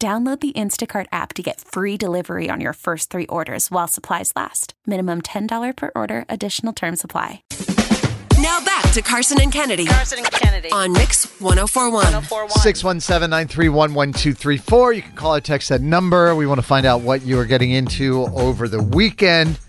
Download the Instacart app to get free delivery on your first three orders while supplies last. Minimum $10 per order, additional term supply. Now back to Carson and Kennedy Carson and Kennedy. on Mix 1041. 1041. 617 931 1234. You can call or text that number. We want to find out what you are getting into over the weekend.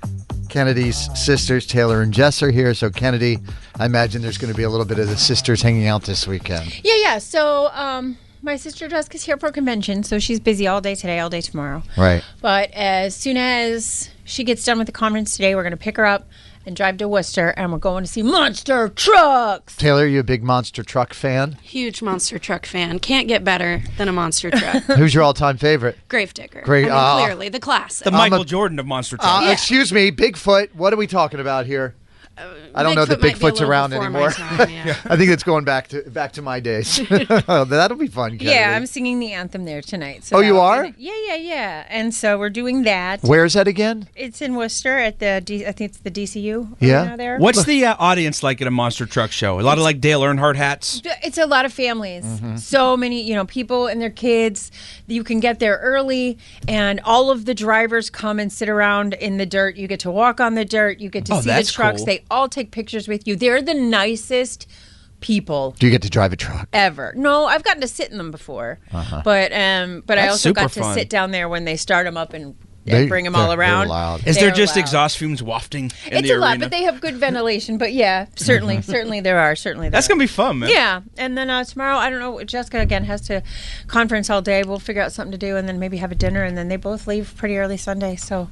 Kennedy's sisters, Taylor and Jess, are here. So, Kennedy, I imagine there's going to be a little bit of the sisters hanging out this weekend. Yeah, yeah. So, um, my sister Jessica's here for a convention, so she's busy all day today, all day tomorrow. Right. But as soon as she gets done with the conference today, we're gonna pick her up and drive to Worcester, and we're going to see monster trucks. Taylor, are you a big monster truck fan? Huge monster truck fan. Can't get better than a monster truck. Who's your all time favorite? Gravedigger. Great, I mean, ah. clearly the classic. The Michael Jordan of Monster Uh, Truck. Excuse me, Bigfoot. What are we talking about here? I don't know that Uh, Bigfoot might be a Bigfoot's little around before my anymore. time, yeah. I think that's going back to back to my days. That'll be fun. Kennedy. Yeah, I'm singing the anthem there tonight. So Oh, you that'll are? be the- yeah, yeah, yeah. And so we're doing that. Where's that again? It's in Worcester at the D- I think it's the DCU. Yeah. arena there. What's the uh, audience like at a Monster Truck show? A lot of like Dale Earnhardt hats. It's a lot of families. Mm-hmm. So many, you know, people and their kids. You can get there early, and all of the drivers come and sit around in the dirt. You get to walk on the dirt. You get to Oh, see the that's trucks. cool. They all take pictures with you. They're the nicest people Do you get to drive a truck? ever. No, I've gotten to sit in them before, but um, but I Uh-huh. That's also got super to fun. sit down there when they start them up and. They- and bring them they're- all they're around. loud. Is there They're just loud. exhaust fumes wafting in It's the a lot, arena? but they have good ventilation. But yeah, certainly, certainly there are. Certainly, there That's are. gonna be fun, man. Yeah, and then uh, tomorrow, I don't know. Jessica again has to conference all day. We'll figure out something to do, and then maybe have a dinner, and then they both leave pretty early Sunday. So,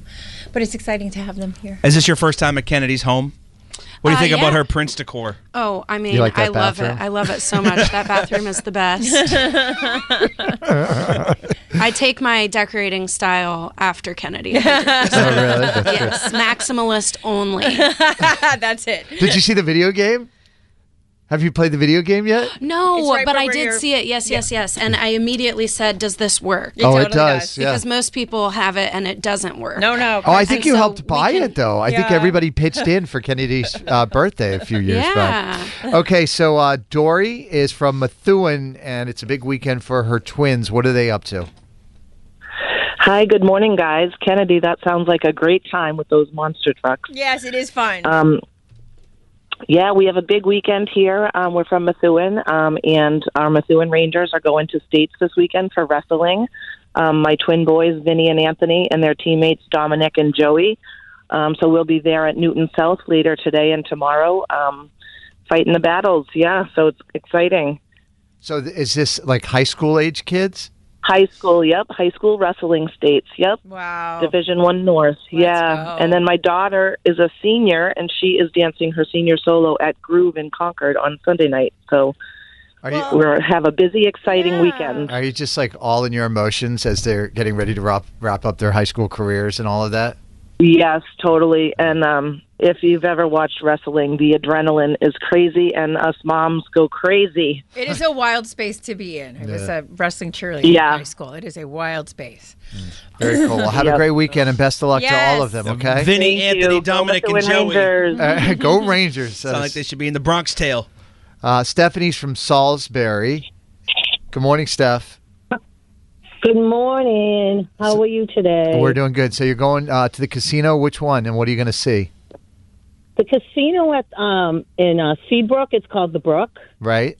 but it's exciting to have them here. Is this your first time at Kennedy's home? What do you Uh, think about yeah. her Prince decor? Oh, I mean, You like I that love bathroom? it. I love it so much. that bathroom is the best. I take my decorating style after Kennedy. Oh, really? That's good. yes, maximalist only. That's it. Did you see the video game? Have you played the video game yet? No, right but I over did your- see it. Yes, yes, yes. And I immediately said, "Does this work?" oh, it totally does. does, Yeah. Because most people have it and it doesn't work. No, no. Oh, I think and you so helped we buy can- it though. I think Yeah. everybody pitched in for Kennedy's uh, birthday a few years Yeah. back. Okay, so uh, Dory is from Methuen, and it's a big weekend for her twins. What are they up to? Hi, good morning, guys. Kennedy, that sounds like a great time with those monster trucks. yes, it is fun. Um, yeah, we have a big weekend here. Um, we're from Methuen, um, and our Methuen Rangers are going to states this weekend for wrestling. Um, my twin boys, Vinny and Anthony, and their teammates, Dominic and Joey. Um, so we'll be there at Newton South later today and tomorrow, um, fighting the battles. Yeah, so it's exciting. So th- is this like high school age kids? High school, yep. High school wrestling states, yep. wow. Division One North. yeah, go. and then my daughter is a senior, and she is dancing her senior solo at Groove in Concord on Sunday night. So Are you we're have a busy, exciting weekend. are you just like all in your emotions as they're getting ready to wrap wrap up their high school careers and all of that? Yes, totally. And um, if you've ever watched wrestling, the adrenaline is crazy, and us moms go crazy. It is a wild space to be in. I was a wrestling cheerleader Yeah. in high school. It is a wild space. Very cool. Well, have a Yep. great weekend and best of luck to all of Yes. them. Okay. Vinny, Thank Anthony, you. Go Dominic, and Methuen Joey. Rangers. Uh, go Rangers. Sound like they should be in the Bronx Tale. Uh, Stephanie's from Salisbury. Good morning, Steph. Good morning. How are you today? We're doing good. So you're going uh, to the casino. Which one? And what are you going to see? the casino at um in uh, Seabrook. It's called the Brook, Right?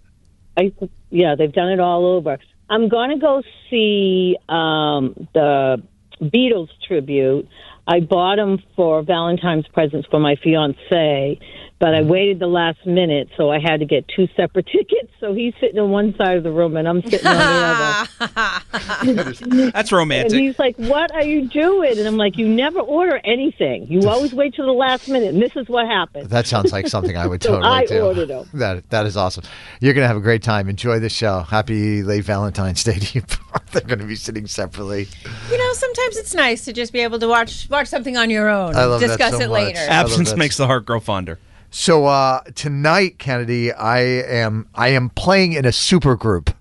I, yeah, they've done it all over. I'm going to go see um, the Beatles tribute. I bought them for Valentine's presents for my fiance, but Mm-hmm. I waited the last minute, so I had to get two separate tickets. So he's sitting on one side of the room, and I'm sitting on the other. That's romantic. And he's like, "What are you doing?" And I'm like, "You never order anything. You always wait till the last minute." And this is what happened. That sounds like something I would So totally I do. ordered 'em. That that is awesome. You're gonna have a great time. Enjoy the show. Happy late Valentine's Day to you. They're gonna be sitting separately. You know, sometimes it's nice to just be able to watch watch something on your own. I love that Discuss so it much. later. Ab- I love Absence that. makes the heart grow fonder. So uh, tonight, Kennedy, I am I am playing in a super group.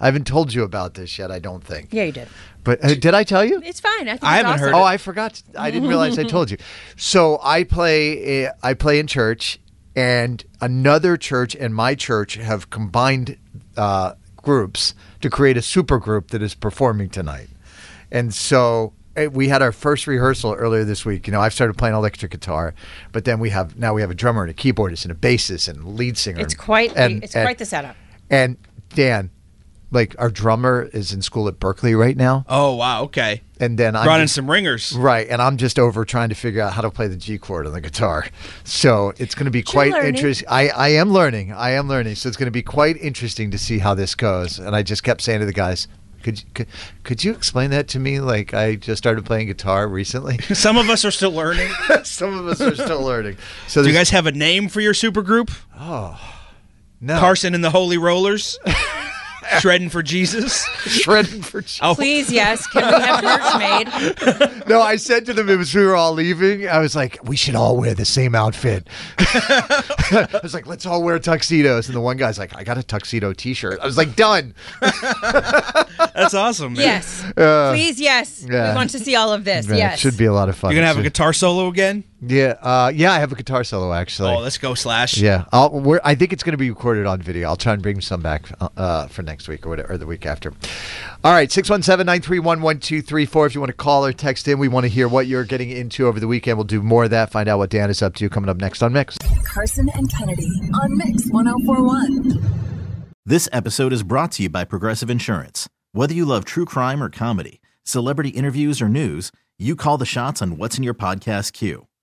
I haven't told you about this yet. I don't think. yeah, you did. But uh, did I tell you? It's fine. I, think I it's haven't awesome. heard Oh, I forgot. I didn't realize I told you. So I play. eh, I play in church, and another church and my church have combined uh, groups to create a super group that is performing tonight. And so eh, we had our first rehearsal earlier this week. You know, I've started playing electric guitar, but then we have now we have a drummer and a keyboardist and a bassist and a lead singer. It's quite the- and- it's and- quite the setup. And Dan, like our drummer is in school at Berkeley right now, Oh wow, okay. and then I'm Brought in just- some ringers. Right, and I'm just over trying to figure out how to play the G chord on the guitar. So it's going to be quite learning. interesting. I, I am learning. I am learning. So it's going to be quite interesting to see how this goes. And I just kept saying to the guys, could, you- could could you explain that to me? Like I just started playing guitar recently. Some of us are still learning. Some of us are still learning. So Do you there's- guys have a name for your supergroup? no, Carson and the Holy Rollers? Shredding for Jesus? shredding for Oh, Please, yes. Can we have merch made? No, I said to them it was we were all leaving. I was like, we should all wear the same outfit. I was like, let's all wear tuxedos. And the one guy's like, I got a tuxedo T-shirt. I was like, done. that's awesome, man. Yes. Please, yes. Uh, yeah. We want to see all of this. Yeah, yes. It should be a lot of fun. You're gonna have a It's guitar solo again? Yeah, uh, yeah. I have a guitar solo actually. Oh, let's go, Slash. yeah, I'll, we're, I think it's going to be recorded on video. I'll try and bring some back uh, uh, for next week or whatever, or the week after. All right, 617 931 1234. If you want to call or text in, we want to hear what you're getting into over the weekend. We'll do more of that, find out what Dan is up to coming up next on Mix. Carson and Kennedy on Mix 1041. This episode is brought to you by Progressive Insurance. Whether you love true crime or comedy, celebrity interviews or news, you call the shots on what's in your podcast queue.